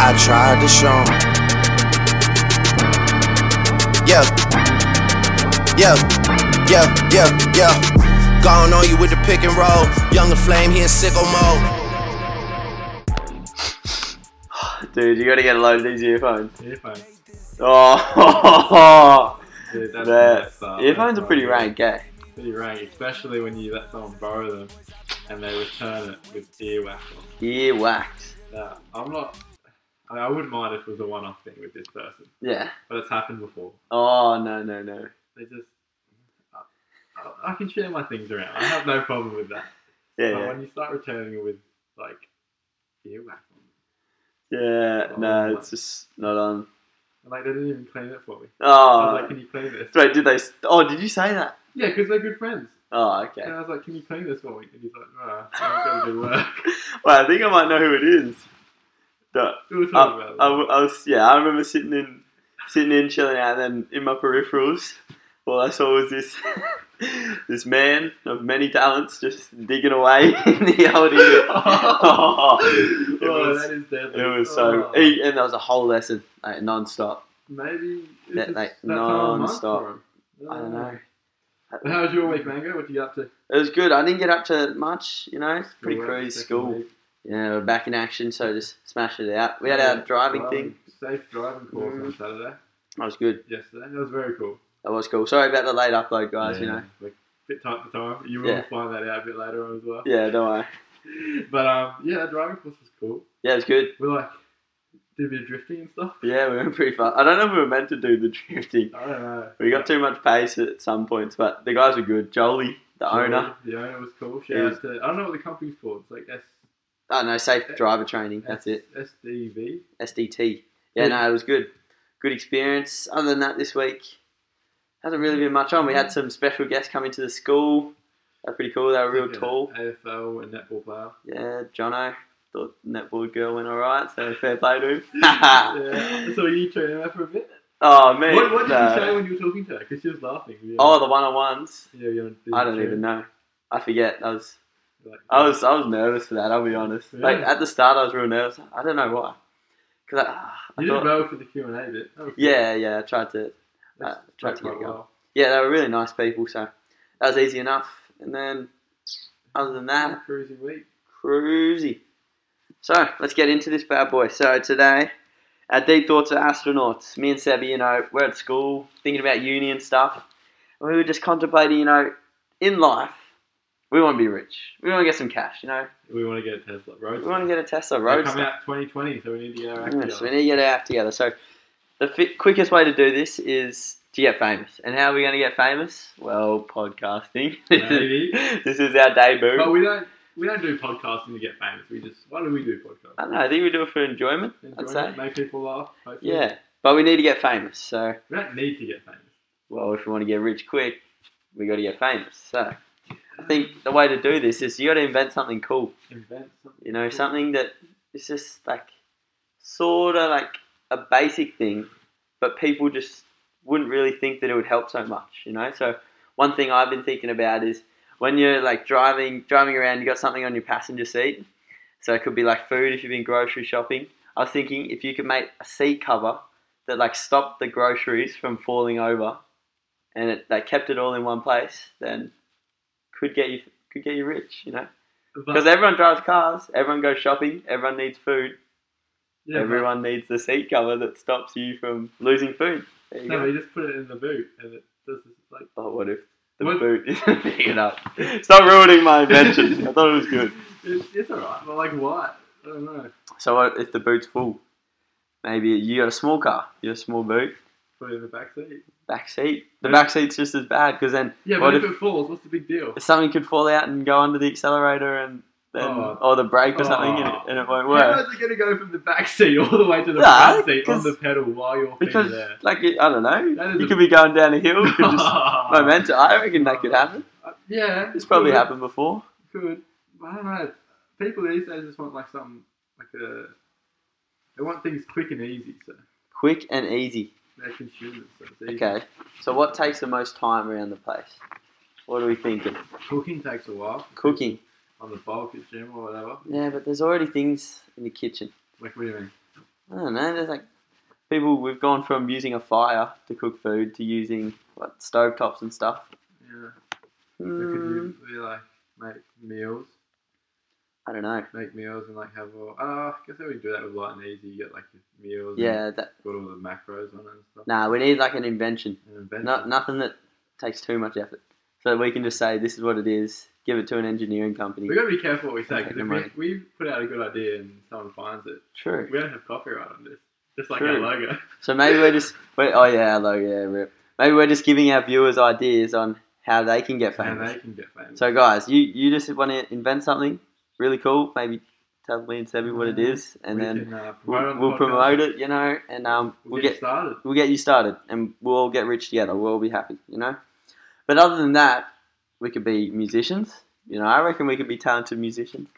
I tried to show 'em. Yeah, yeah, yeah, yeah, yeah. Gone on you with the pick and roll. Younger flame, he in sickle mode. Dude, you gotta get a load of these earphones. Earphones. Oh, Dude, that's the messed up. earphones That's are pretty right. rank, eh? Pretty rank, especially when you let someone borrow them and they return it with earwax on. Earwax. Yeah, I'm not. I, mean, I wouldn't mind if it was a one-off thing with this person, Yeah. but it's happened before. Oh, no, no, no. They just. I- I, I can share my things around. I have no problem with that. Yeah, But yeah. when you start returning it with like earwax on, Yeah, Oh, no, my- it's just not on. and, like they didn't even clean it for me. I was Oh, like, "Can you clean this?" wait, did they? s oh, did you say that? Yeah, because they're good friends. Oh, okay. And I was like, "Can you clean this for me?" And he's like, "No, I'm going to do work." Well, I think I might know who it is. But we were talking I, about that. Uh, I w- I was, yeah, I remember sitting in, sitting in, chilling out, and then in my peripherals, all I saw was this, this man of many talents just digging away in the old ear. Oh, it Oh, was, that is deadly. it was so, Oh. he- and there was a whole lesson, like non-stop. Maybe it's That, just like, that time of month non-stop. for 'em. I don't know. And How was your week, Mango? What did you get up to? It was good. I didn't get up to much, you know. Pretty Your work, crazy second school. week, Yeah, we're back in action, so just smash it out. We had our driving thing. Safe driving course on Mm. Saturday. That was good. Yesterday. That was very cool. That was cool. Sorry about the late upload, guys. You know. Like, bit tight for time. You will Yeah. find that out a bit later on as well. Yeah, don't worry. But um, yeah, that driving course was cool. Yeah, it was good. We like did a bit of drifting and stuff. Yeah, we went pretty far. I don't know if we were meant to do the drifting. I don't know. We got too much pace at some points, but the guys were good. Jolie, the owner. The owner was cool. Shout He out was- to, I don't know what the company's called. It's like S, Oh no, safe driver training. That's it. SDV. SDT. Yeah, Yeah. no, it was good. Good experience. Other than that, this week hasn't really been much on. We had some special guests come into the school. That's pretty cool. They were real Yeah, tall. AFL and netball player. Yeah, Jono. Thought netball girl went alright, so fair play to him. Ah. yeah. So you training her for a bit. Oh man. What, what did no. you say when you were talking to her? Because she was laughing. Yeah. Oh, the one on ones. yeah, you I don't even know. I forget. I was, Like, I was, I was nervous for that. I'll be honest. Like Yeah. at the start, I was real nervous. I don't know why. Cause I, ah, I You thought, did well for the Q and A bit. That was good. yeah, yeah. I tried to That's uh, tried to quite get it going. well. yeah, they were really nice people, so that was easy enough. And then, other than that, Cruising week. cruisy. So let's get into this bad boy. So today, our deep thoughts are astronauts. Me and Sebby, you know, we're at school thinking about uni and stuff. And we were just contemplating, you know, in life, we want to be rich. We want to get some cash, you know. We want to get a Tesla We road. want to get a Tesla Come Roadster. out 2020, so we need to get our act Yes, we together. need to get our act together. So, the fi- quickest way to do this is to get famous. And how are we going to get famous? Well, podcasting. Maybe. this is our debut. But we don't. We don't do podcasting to get famous. We just. Why do we do I podcasting? don't know. I think we do it for enjoyment. I'd Enjoy it, say. Make people laugh. Hopefully. Yeah, but we need to get famous. So, We don't need to get famous. well, if we want to get rich quick, we got to get famous. So, I think the way to do this is you got to invent something cool. Invent something. You know, something that is just like sort of like a basic thing, but people just wouldn't really think that it would help so much. You know, so one thing I've been thinking about is when you're like driving driving around, you got something on your passenger seat. So it could be like food if you've been grocery shopping. I was thinking if you could make a seat cover that like stopped the groceries from falling over, and it that kept it all in one place, then could get you could get you rich. You know. Because But- everyone drives cars, everyone goes shopping, everyone needs food, yeah, but- everyone needs the seat cover that stops you from losing food. There you No, go. you just put it in the boot and it does this, like. Oh, what if the What- boot isn't big enough? Stop ruining my invention. I thought it was good. It's, it's alright, but like why? I don't know. So what if the boot's full? Maybe you got a small car, you got a small boot, Put it in the back seat. back seat. The Yeah. back seat's just as bad because then Yeah, What but if, if- it falls, what's the big deal? something could fall out and go under the accelerator and then Oh. or the brake or something and, Oh. it, and it won't work. How is it going to go from the back seat all the way to the Nah, front seat on 'cause- the pedal while you're Because there? like I don't That know, is you a- could be going down a hill, you could just momentum. I reckon that could happen. Uh, yeah, It's probably could, happened before. Could. I don't know. People these days just want like something like a. They want things quick and easy, so Quick and easy. they're consumers. So it's easy. Okay. So what takes the most time around the place? What are we thinking? Cooking takes a while. Cooking. On the bulk at gym or whatever. Yeah, but there's already things in the kitchen. Like what do you mean? I don't know. There's like people. We've gone from using a fire to cook food to using what stovetops and stuff. Yeah. They could Mm, use, we like make meals, I don't know. make meals, and like have all. Ah, I guess they would do that with light and easy. You get like your meals. And Yeah. That, got all the macros on it and stuff. nah. We need like an invention. And invention. Not nothing that takes too much effort. So that we can just say this is what it is. Give it to an engineering company. We gotta be careful what we say Okay, because never if mind. we, we put out a good idea and someone finds it, True. we don't have copyright on this. Just like True. our logo. So maybe we're just. We're, oh yeah, hello, yeah. Rip. Maybe we're just giving our viewers ideas on how they can get and famous. they can get famous. So guys, you you just want to invent something really cool. Maybe tell me and Sebby what it is, and We then can, uh, promote we'll, on the we'll podcast. promote it. You know, and um, We'll, we'll get, get started. we'll get you started, and we'll all get rich together. We'll all be happy. You know. But other than that, we could be musicians. You know, I reckon we could be talented musicians.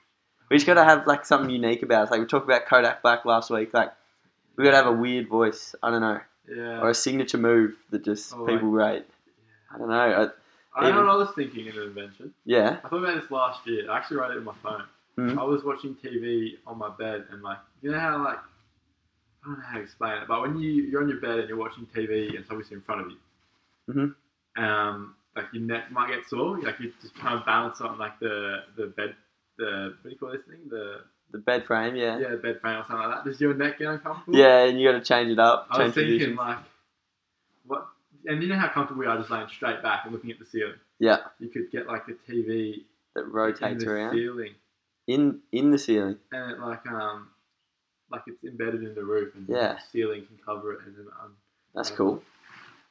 We just gotta have like something unique about us. Like we talked about Kodak Black last week. Like we gotta have a weird voice. I don't know, Yeah. or a signature move that just Or, people rate. I don't know. I, I know even- what I was thinking of an invention. yeah. I thought about this last year. I actually wrote it in my phone. Mhm. I was watching TV on my bed and like you know how like I don't know how to explain it, but when you you're on your bed and you're watching TV and it's obviously in front of you, Mhm. um, like your neck might get sore. Like you just trying to balance on like the the bed the what do you call this thing the The bed frame, yeah. yeah bed frame or something like that. Does your neck get uncomfortable? Yeah, and you got to change it up. I was Change thinking positions. like what and you know how comfortable we are just laying straight back and looking at the ceiling. Yeah. You could get like the TV that in rotates the around ceiling in in the ceiling. and it like um like it's embedded in the roof and Yeah. the ceiling can cover it and then um, That's cool.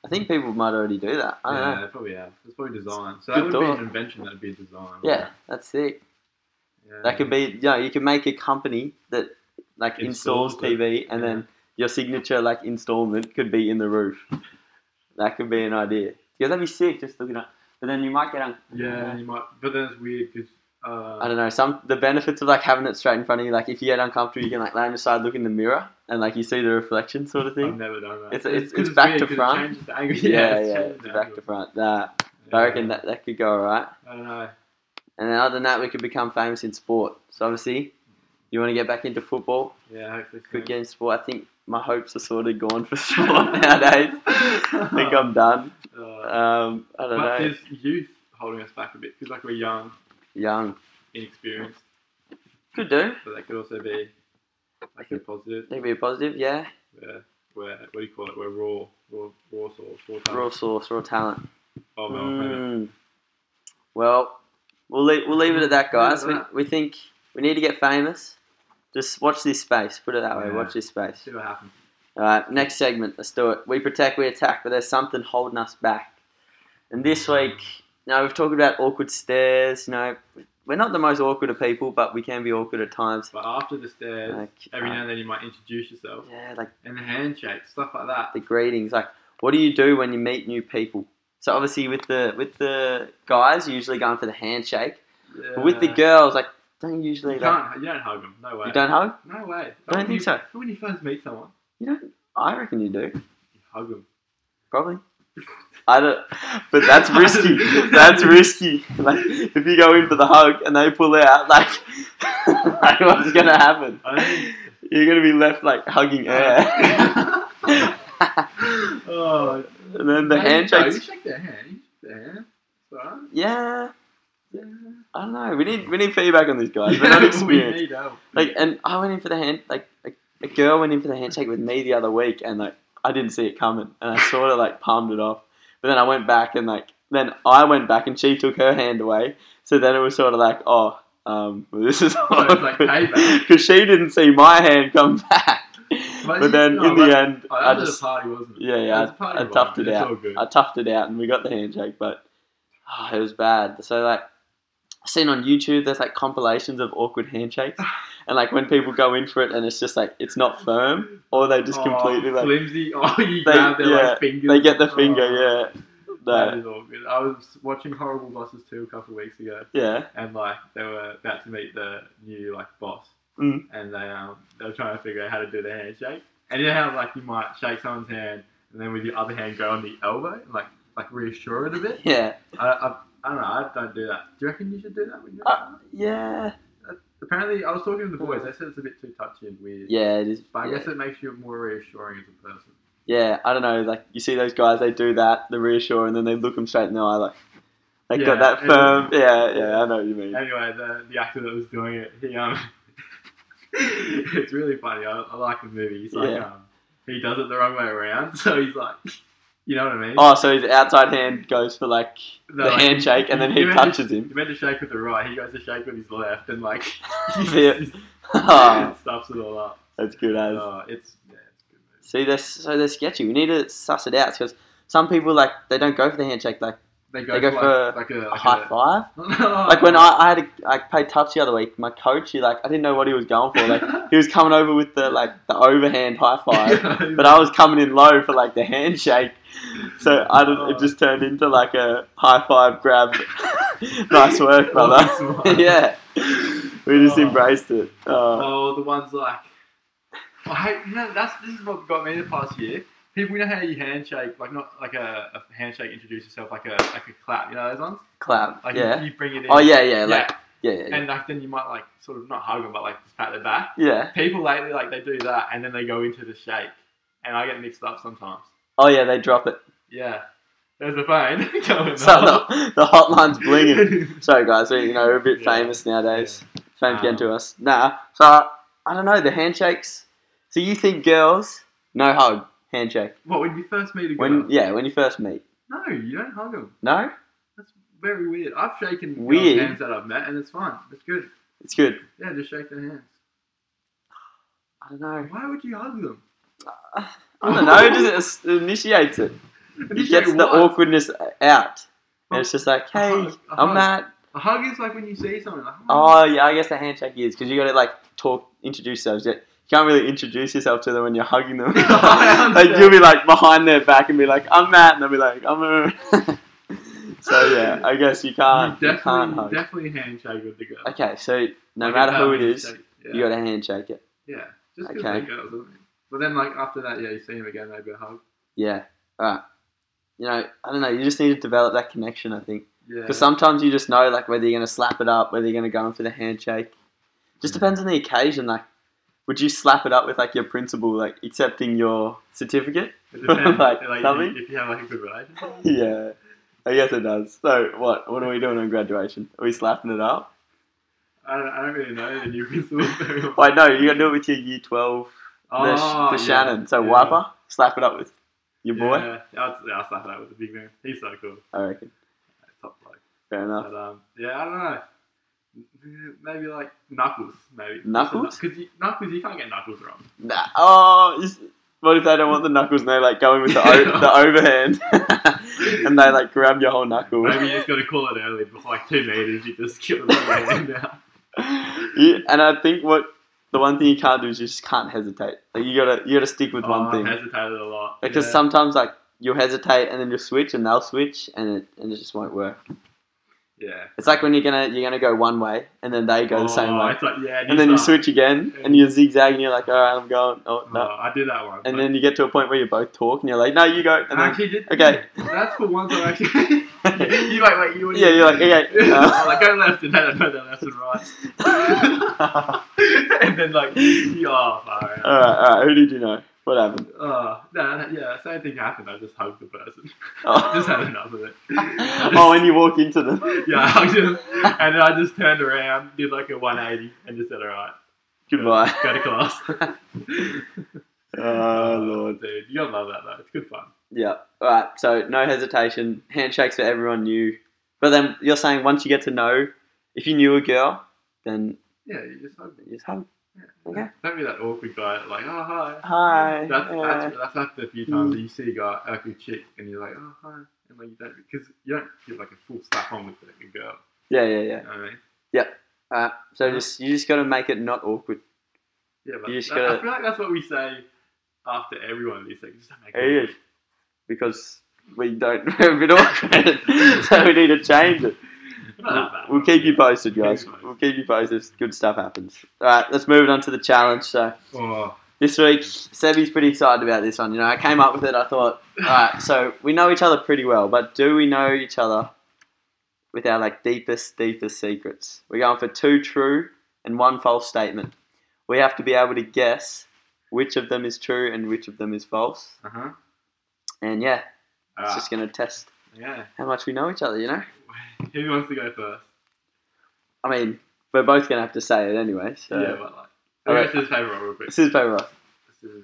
I think people might already do that. I don't yeah know. they probably have it's probably design so Good that wouldn't thought. be an invention that'd be a design Yeah, that's sick. yeah. That could be. Yeah, you can make a company that like installs Installs it, TV, and yeah. then your signature like installment could be in the roof. That could be an idea. Yeah, that'd be sick. Just looking up. But then you might get on. yeah you might but then it's weird because uh, I don't know. Some the benefits of like having it straight in front of you. Like if you get uncomfortable, you can like lay on your side, look in the mirror, and like you see the reflection sort of thing. I've never done that It's- 'Cause- it's- 'cause it's back weird to 'cause it front. changes the angle. yeah, yeah, changed it's the back angle. to front. Nah, Yeah. I reckon that, that could go all right. I don't know And then other than that, we could become famous in sport. So obviously, you want to get back into football, yeah hopefully good soon. game sport. I think my hopes are sort of gone for sport nowadays. I think I'm done. uh, Um, I don't but know. there's youth holding us back a bit because like we're young Young. inexperienced Could do. but that could also be like a positive That'd be a positive, yeah. where, where what do you call it? Where raw, raw, raw sauce, raw talent. Raw source, raw talent. Oh, well, okay. Mm. Well, we'll leave, we'll leave it at that, guys. Leave We, it at we think we need to get famous. Just watch this space. Put it that way. Yeah. Watch this space. See what happens. All right, next segment. Let's do it. We protect, we attack, but there's something holding us back. And this week, now we've talked about awkward stares. You know, we're not the most awkward of people, but we can be awkward at times. But after the stairs, Like, every uh, now and then you might introduce yourself yeah, like and the handshake, stuff like that. the greetings. Like, what do you do when you meet new people? So obviously, with the with the guys, you're usually going for the handshake. But with the Yeah. girls, like, don't usually you like, can't, you don't hug them. No way. you don't hug. No way. I don't When think you- so. When you first meet someone, You don't. I reckon you do. you hug them. Probably. I don't, but that's risky. That's risky. Like if you go in for the hug and they pull out, like, like what's gonna happen? I don't- You're gonna be left like hugging air. oh, and then the no, you- no, You handshakes. shake their hand. You shake their hand. It's alright. Yeah, Yeah. I don't know. We need we need feedback on these guys. We're not experienced. We need help. like and I went in for the hand like a, a girl went in for the handshake with me the other week and like I didn't see it coming and I sort of like palmed it off but then I went back and like then I went back and she took her hand away so then it was sort of like oh um well, this is it's like payback. because she didn't see my hand come back But but then you- in oh, the that- end Oh, that I was just a party, wasn't it? yeah It yeah was a party I toughed it vibe. It's out. all good. I toughed it out and we got the handshake, but ah, it was bad. So like I've seen on YouTube there's like compilations of awkward handshakes and like when people go in for it and it's just like it's not firm or they just Oh, completely like flimsy. Oh, you grab their yeah, like fingers. they get the finger, Oh, yeah. That No. is all good. I was watching Horrible Bosses 2 a couple of weeks ago, Yeah. and like they were about to meet the new like boss, Mm. and they um they were trying to figure out how to do the handshake. And you know how like you might shake someone's hand and then with your other hand go on the elbow, and, like like reassure it a bit. Yeah. I, I, I don't know. I don't do that. Do you reckon you should do that when you're? Uh, Yeah. Apparently, I was talking to the boys. They said it's a bit too touchy and weird. Yeah, it is. But I yeah. guess it makes you more reassuring as a person. yeah, I don't know. Like you see those guys, they do that, the reassure, and then they look them straight in the eye, like they Yeah, got that and- firm. Yeah, yeah, I know what you mean. Anyway, the, the actor that was doing it, he um, it's really funny. I, I like the movie. He's like, Yeah. um, he does it the wrong way around, so he's like, you know what I mean? Oh, so his outside hand goes for like They're the like, handshake, and then he you meant to- punches him. You meant to shake with the right. He goes to shake with his left, and like, Yeah. he Oh, stuffs it all up. that's good as. Uh, it's yeah, it's a good movie. See, they're so they're sketchy. We need to suss it out because some people like they don't go for the handshake, like They go, They go for, like, like a, a like high a- five. No. Like when I, I had a, I played touch the other week, my coach, he like I didn't know what he was going for. Like he was coming over with the like the overhand high five, Yeah, but I was coming in low for like the handshake. So I Oh. don't, it just turned into like a high five grab. nice work, brother. Nice one. yeah, we just Oh. embraced it. Oh, Oh, the ones like I hate. You know, that's this is what got me the past year. People, you know how you handshake, like not like a, a handshake, introduce yourself, like a like a clap. You know those ones. clap. Like yeah. you, you bring it in. Oh yeah, yeah, like yeah, yeah, yeah. yeah. And like then you might like sort of not hug them, but like just pat their back. yeah. People lately like they do that, and then they go into the shake, and I get mixed up sometimes. Oh yeah, they drop it. Yeah. There's the phone going So off. the, the hotline's blinging. Sorry, guys. We, you know, we're a bit Yeah. famous nowadays. Fame's getting to Um, us. Nah. So I don't know the handshakes. So you think girls no hug handshake what when you first meet a girl? when yeah when you first meet? No, you don't hug them. No, That's very weird. I've shaken girls' Weird. hands that I've met, and it's fine. It's good. it's good. Yeah, just shake their hands. I don't know. Why would you hug them? I don't know. It just it initiates it. It Initiate gets the what? Uh-huh. awkwardness out. And it's just like, A hey, hug, a I'm hug. Matt. A hug is like when you see someone. Like, Oh yeah, I guess the handshake is because you got to like talk, introduce yourselves. You can't really introduce yourself to them when you're hugging them. I like you'll be like behind their back and be like, "I'm Matt," and they'll be like, "I'm." A... so yeah, I guess uh, you you can't. You, can't definitely, hug. definitely handshake with the girl. okay, so no Like, matter if who that it is, handshake- Yeah. you got to handshake it. yeah. Just 'cause Okay. they're girls, isn't it? But then, like after that, yeah, you see him again, maybe a hug. Yeah. All right. You know, I don't know. You just need to develop that connection. I think Yeah. because sometimes you just know like whether you're gonna slap it up, whether you're gonna go in for the handshake. Just Yeah. depends on the occasion. Like, would you slap it up with like your principal like accepting your certificate? It depends. like, like, something? if, you, if you have like a good relationship. yeah, I guess it does. So what? What are we doing on graduation? Are we slapping it up? I don't, I don't really know the new principal very well. Wait, no, you gotta do it with your year 12, the, sh- Oh, the yeah, Shannon. So, yeah. wiper, slap it up with your boy, Yeah, I'll, I'll slap that with the big man. He's so cool. I reckon. Top bloke. Fair enough. But um, yeah, I don't know. M- Maybe like knuckles, maybe Knuckles? Because you, knuckles, you can't get knuckles wrong. Nah. Oh, is- what if they don't want the knuckles and they like going with the, o- the overhand and they like grab your whole knuckle? Maybe you just got to call it early before like two meters. You just kill the hand out. You- and I think what the one thing you can't do is you just can't hesitate. Like, you gotta you gotta stick with one Oh, thing I hesitated a lot because Yeah. sometimes like you'll hesitate and then you'll switch and they'll switch and it, and it just won't work. yeah, It's like when you're gonna you're gonna go one way and then they go oh, the same way. It's like yeah, and then you start. switch again Yeah. and you zigzag and you're like all right i'm going oh Oh, no I did that one. and then you get to a point where you both talk and you're like no you go I and then actually did. okay. that's for once I actually. you like wait, you Yeah, you're like, okay, uh. I'm like go left and then no, no, left and right, all and then like you are far out. right all right who did you know what happened Oh, no, no, yeah, same thing happened. I just hugged the person. Oh. just had enough of it. oh and you walk into them Yeah, I hugged him. And then I just turned around, did like a 180, and just said, all right, goodbye go to class. Ah, oh lord Dude, you gotta love that, though. It's good fun. yeah all right so no hesitation handshakes for everyone new but then you're saying once you get to know if you knew a girl then Yeah, you just hug me. you just hug Okay. Don't be that awkward guy, that, like, oh, hi. hi That's, yeah. Mm. that's, that's after a few times that you see a guy, like a chick, and you're like, oh, hi. And like, you don't, because you don't give like a full slap on with the the girl. yeah yeah yeah You know what I mean? Alright, so just you just got to make it not awkward Yeah, but You just I- I gotta- feel like that's what we say after every one of these things. Just don't make It is. Because we don't have it all. so we need to change it. Not that bad. We'll keep you posted, Keep guys. you posted. We'll keep you posted if good stuff happens. All right, let's move it on to the challenge. So Oh, this week, Sebi's pretty excited about this one. You know, I came up with it. I thought, all right, so we know each other pretty well, but do we know each other with our like deepest, deepest secrets? We're going for two true and one false statement. We have to be able to guess which of them is true and which of them is false. Uh huh. And yeah, it's Alright. just going to test Ah, Yeah. how much we know each other, you know? Who wants to go first? I mean, we're both going to have to say it anyway. So yeah, but like. All right. Okay, right. this is favourite real quick. Uh, this is paper rough. This is-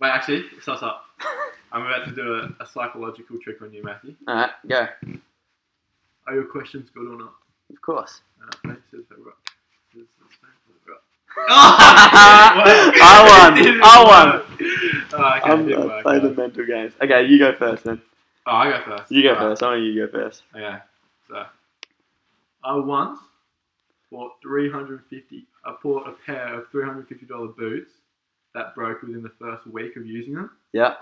Wait, actually, stop, up. I'm about to do a, a psychological trick on you, Matthew. All right, go. Are your questions good or not? Of course. Uh, wait, this is favourite. This is favourite. Oh, I it won. didn't I work. Oh, okay, it I'm didn't uh, work. playing the mental games. Okay, you go first then. Oh, I go first. You go Alright. first. I want you to go first. Okay, so I once bought 350. I bought a pair of 350 dollar boots that broke within the first week of using them. Yeah.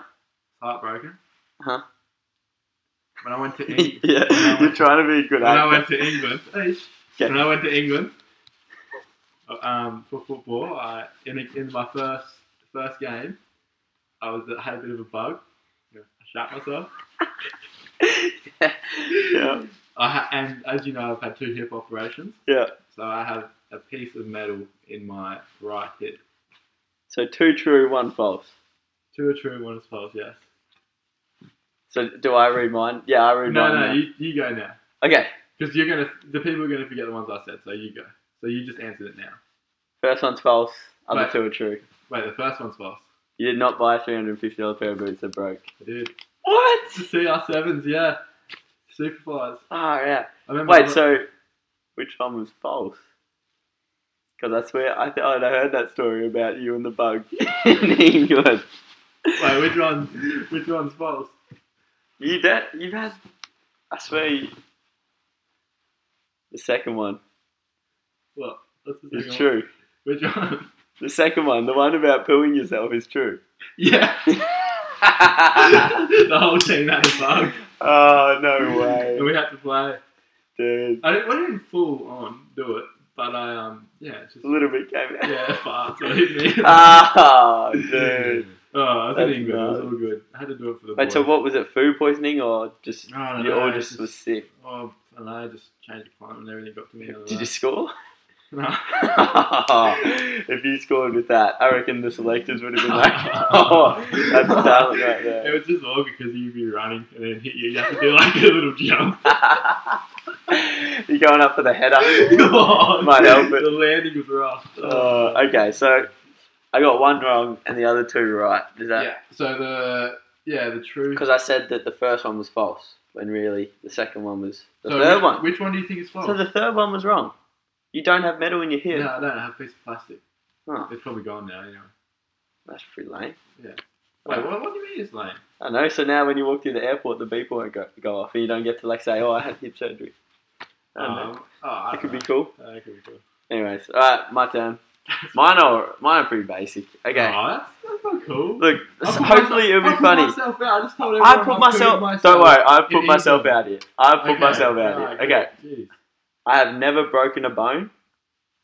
Heartbroken. Huh. When I went to England, Uh-huh. yeah. You're trying to be a good when I went actor. to England, Okay. when I went to England um, for football, I, in, in my first first game, I was I had a bit of a bug. I shat myself. yeah. I ha- and as you know, I've had two hip operations. Yeah. So I have a piece of metal in my right hip. So two true, one false. Two are true, one is false. Yes. So do I read mine? Yeah, I read No, mine. no, now. you, you go now, Okay. because you're gonna the people are gonna forget the ones I said. So you go. So you just answered it now. First one's false. Other Right. two are true. Wait, the first one's false. You did not buy a three hundred and fifty dollar pair of boots that broke. I did. What? It's the CR7s, yeah. Superflies. Oh yeah. I remember Wait. So which one was false? Because I swear I th- I'd heard that story about you and the bug in England. Wait, which one? Which one's false? You did. You've had. I swear. You, the second one What? What's the second is one? true. Which one? The second one, the one about pooing yourself, is true. yeah. the whole team had a bug, oh no and way, we had to play. dude! I didn't, I didn't full on do it, but I um yeah, it's just A little bit came out. yeah, far. So hit me. Oh, dude. Oh, I was That's in England. It was nuts. all good. I had to do it for the. Wait, so boys. what was it? Food poisoning or just No, I don't you know, all it's just just- was sick? Oh, and I just changed the climate and everything got to me. Did you score? No. if you scored with that, I reckon the selectors would have been like, "Oh, that's talent right It there." was just all because you'd be running and then hit you. You have to do like a little jump. You're going up for the header. God. Might help it. The landing was rough. Uh, okay, so I got one wrong and the other two right. Is that? yeah. So the yeah the truth. Because I said that the first one was false, when really the second one was the so third which, one. Which one do you think is false? So the third one was wrong. You don't have metal in your hip. No, I don't. I have a piece of plastic. Oh, It's probably gone now. Anyway. that's pretty lame. Wait, what, what do you mean it's lame? I know. So now when you walk through the airport, the beep won't go, go off, and you don't get to like say, "Oh, I had hip surgery." I don't know. Um, oh, I That could be don't know. cool. Uh, that could be cool. Anyways, all right, my turn. Mine are mine are pretty basic. Okay, Oh, that's, that's not cool. look. I so put hopefully it'll be myself- I put funny. myself out. I just told I everyone put I'm myself. putting myself- Don't worry, I've put in myself England. out here. I've put Okay. myself out Alright, here. good. Okay, Jeez. I have never broken a bone.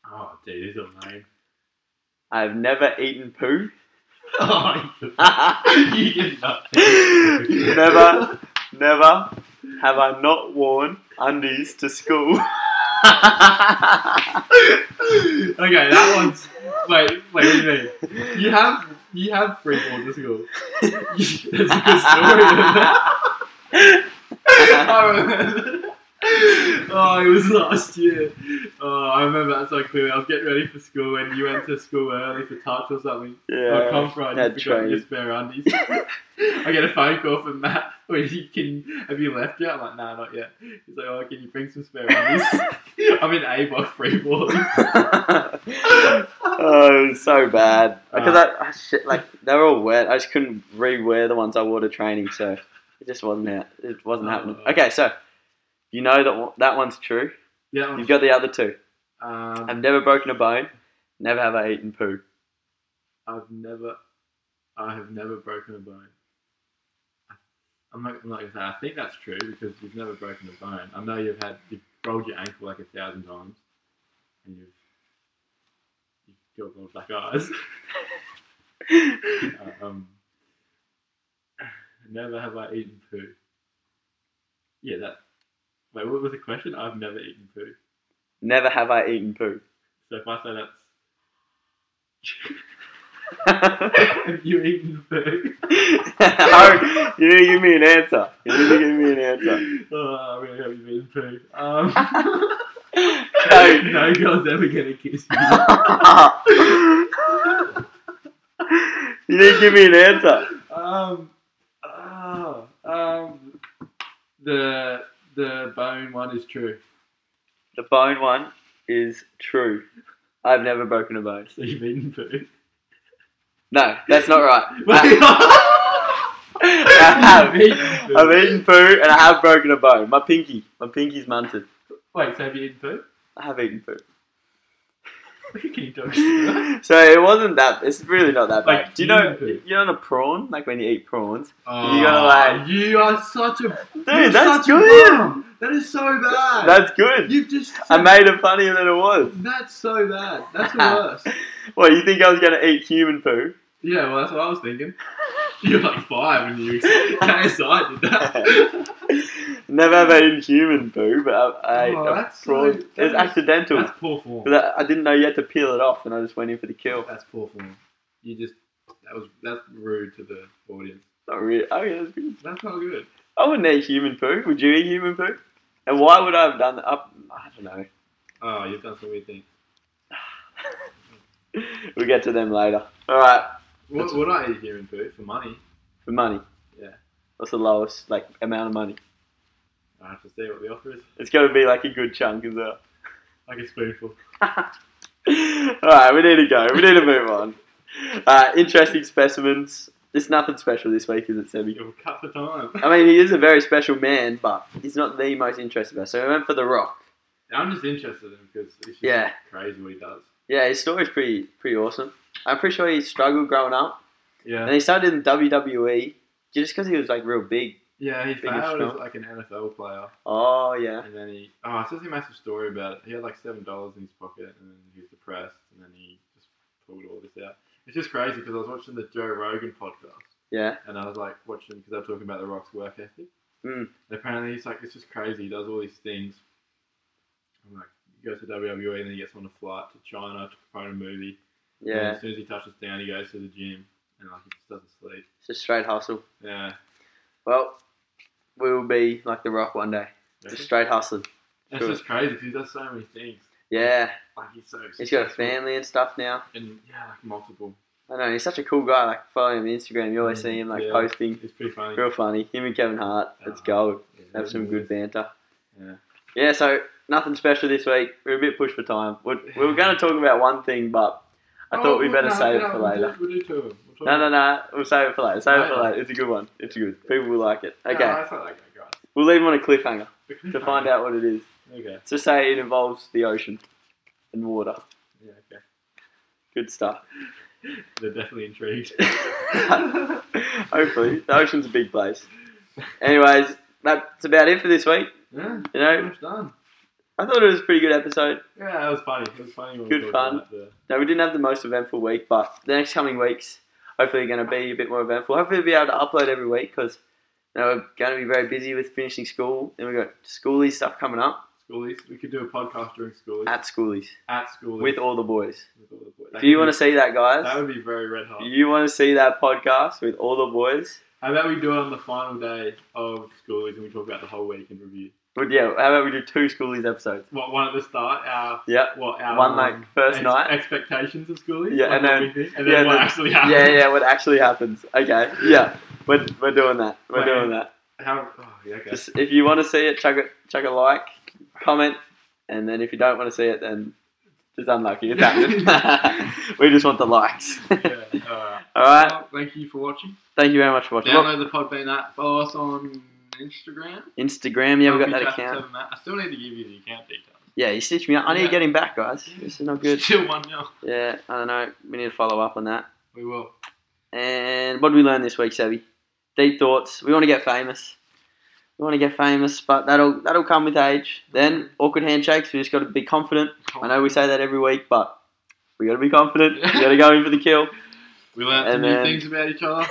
Oh, dude, these are lame. I have never eaten poo. Oh, you did not. never, never have I not worn undies to school. okay, that one's. Wait, wait, what do you mean? You have you have free ball to school. That's a good story. I remember. Oh, it was last year. Oh, I remember that so clearly. I was getting ready for school, and you went to school early for touch or something. I yeah. come from that you forgot your train. spare undies. I get a phone call from Matt. Wait, you can have you left yet? I'm like, nah, not yet. He's like, oh, can you bring some spare undies? I'm in A by free ball. oh, it was so bad. Because I, I shit, like they were all wet. I just couldn't rewear the ones I wore to training, so it just wasn't out. It wasn't happening. Okay, so you know that one- that one's true. Yeah. I'm- You've got the other two. Um, I've never broken a bone. Never have I eaten poo. I've never, I have never broken a bone. I'm not, I'm not gonna say I think that's true because you've never broken a bone. I know you've had you've rolled your ankle like a thousand times, and you've you've got little black eyes. Uh, um, never have I eaten poo. Yeah, that. Wait, what was the question? I've never eaten poo. Never have I eaten poo. So if I say that's have you eaten the poo? Oh, you need to give me an answer. You need to give me an answer. Oh, I really hope you've eaten poo. Um, No. no girl's ever gonna kiss you. you need to give me an answer. Um, oh, um, the the bone one is true. The bone one is true. I've never broken a bone. So you've eaten poo. No, that's not right. I, have. You've eaten poo. I've eaten poo and I have broken a bone. My pinky. My pinky's munted. Wait, so have you eaten poo? I have eaten poo. Can you talk so it wasn't that. It's really not that bad. Like, Do you know? human poo. You know on a prawn, like when you eat prawns. Oh, gotta like- You are such a. Dude, you're that's such a good. bum. That is so bad. That's good. You've just. I made it funnier than it was. That's so bad. That's the worst. Well, you think I was gonna eat human poo? yeah, well, that's what I was thinking. You're like five and you KSI did that. Never have I eaten human poo, but I, I ate Oh, a that's prawn. so- it was that is- accidental. that's poor form. But I, I didn't know you had to peel it off, and I just went in for the kill. That's poor form. You just that was that's rude to the audience. Not really. Oh yeah, that's good. That's not good. I wouldn't eat human poo. Would you eat human poo? And why would I have done that? I, I don't know. Oh, you've done some weird things. We'll get to them later. All right, What would I eat human poo for money? for money. Yeah. What's the lowest like amount of money? I have to see what the offer is. It's got to be like a good chunk as well. Like a spoonful. All right, we need to go. We need to move on. Uh, interesting specimens. It's nothing special this week, is it, Sebby? You'll cut the time. I mean, he is a very special man, but he's not the most interesting person. So we went for The Rock. I'm just interested in him because it's just Yeah. crazy what he does. Yeah, his story's pretty pretty awesome. I'm pretty sure he struggled growing up, and Yeah. he started in WWE just because he was like real big. Yeah, he Biggest failed as strong. like an NFL player, Oh yeah, and then he oh, it's just a massive story about it. He had like seven dollars in his pocket, and then he was depressed, and then he just pulled all this out. It's just crazy because I was watching the Joe Rogan podcast, yeah. and I was like watching because they were talking about the Rock's work ethic. Mm. And apparently he's like, it's just crazy. He does all these things. I'm like, he goes to WWE and then he gets on a flight to China to promote a movie. And Yeah, as soon as he touches down, he goes to the gym and like he just doesn't sleep. it's a straight hustle. Yeah. Well, we will be like The Rock one day. Just straight hustling. That's sure. just crazy because he does so many things. Yeah, Like he's so. he's got a successful family and stuff now. And yeah, like multiple. I know he's such a cool guy. Like following him on Instagram, you always see him like Mm, Yeah. posting. It's pretty funny. Real funny. Him and Kevin Hart. It's Uh-huh. gold. Yeah, Have some good banter. Yeah. Yeah, so nothing special this week. We're a bit pushed for time. We we were going to talk about one thing, but I Oh, thought we well, better no, save no, it for we'll do- later. We'll do two of them. We'll No, no, no. We'll save it for later. Save it for Later. later. It's a good one. It's a good. People will like it. Okay. No, it's not like that, guys. We'll leave them on a cliffhanger to find out what it is. Okay. So say it involves the ocean and water. Yeah, okay. Good stuff. They're definitely intrigued. Hopefully. The ocean's a big place. Anyways, that's about it for this week. Yeah, You know, pretty much done. I thought it was a pretty good episode. Yeah, it was funny. It was funny. When Good we fun. talked About the, No, we didn't have the most eventful week, but the next coming weeks, hopefully, going to be a bit more eventful. Hopefully, we'll be able to upload every week because you know, we're going to be very busy with finishing school and we've got schoolies stuff coming up schoolies. We could do a podcast during schoolies. At, at schoolies schoolies. with all the boys. With all the boys. If you want to see that, That guys, would be very red hot. you want to see that podcast with all the boys. How about we do it on the final day of schoolies and we talk about the whole week in review? But yeah, how about we do two schoolies episodes? What, one at the start, our. Yeah. What, our. One like first ex- night. Expectations of schoolies? Yeah, like and what then- we think, and yeah, then what then- actually happened? Yeah, yeah, what actually happens. Okay, yeah. We're, we're doing that. We're Wait. doing that. How, oh, yeah, okay. Just, if you want to see it, chuck it, chuck a like, comment, and then if you don't want to see it, then just unlucky. It's happening. we just want the likes. yeah, alright. All right. Well, thank you for watching. Thank you very much for watching. Well, Download the Podbean app. Follow us on Instagram. Instagram, yeah, we got that Selfie Chat account. 7 Matt. I still need to give you the account details. Yeah, you stitched me up. I need to Yeah. get him back, guys. This is not good. Still 1 0. Yeah, I don't know. We need to follow up on that. We will. And what did we learn this week, Sebby? Deep thoughts. We want to get famous. We want to get famous, but that'll that'll come with age. Then awkward handshakes. We just got to be confident. I know we say that every week, but we got to be confident. We got to go in for the kill. We learned And some then- new things about each other.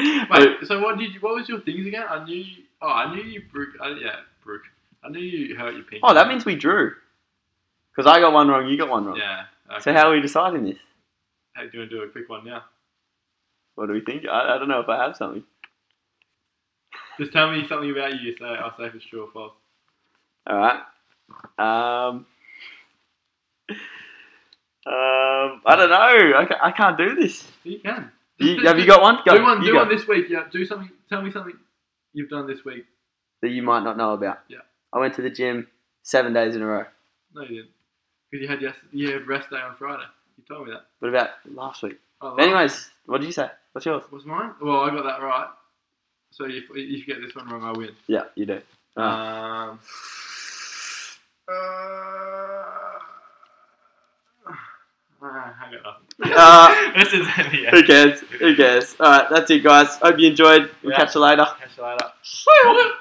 Wait, Wait, so what did you? What was your things again? I knew. You, oh, I knew you broke. Uh, yeah, broke. I knew you hurt your pinky. oh, that means we drew. Because I got one wrong, you got one wrong. Yeah. Okay. So how are we deciding this? Hey, do you want to do a quick one now? What do we think? I, I don't know if I have something. Just tell me something about you. You say I'll say if it's true or false. All right. Um, um, I don't know. I, ca- I can't do this. You can. You- Just do- have you got one? Go, do one. you Do go. one this week. Yeah. Do something. Tell me something you've done this week. that you might not know about. Yeah. I went to the gym seven days in a row. No, you didn't. Because you had yes, you had rest day on Friday. You told me that. What about last week? Oh, But anyways, what did you say? What's yours? was mine? Well, I got that right. So if if you get this one wrong, I win. Yeah, you do. Oh. Um. Uh, I got nothing. Uh, this is the Who cares? Who cares? All right, that's it, guys. Hope you enjoyed. We'll Yeah. catch you later. Catch you later.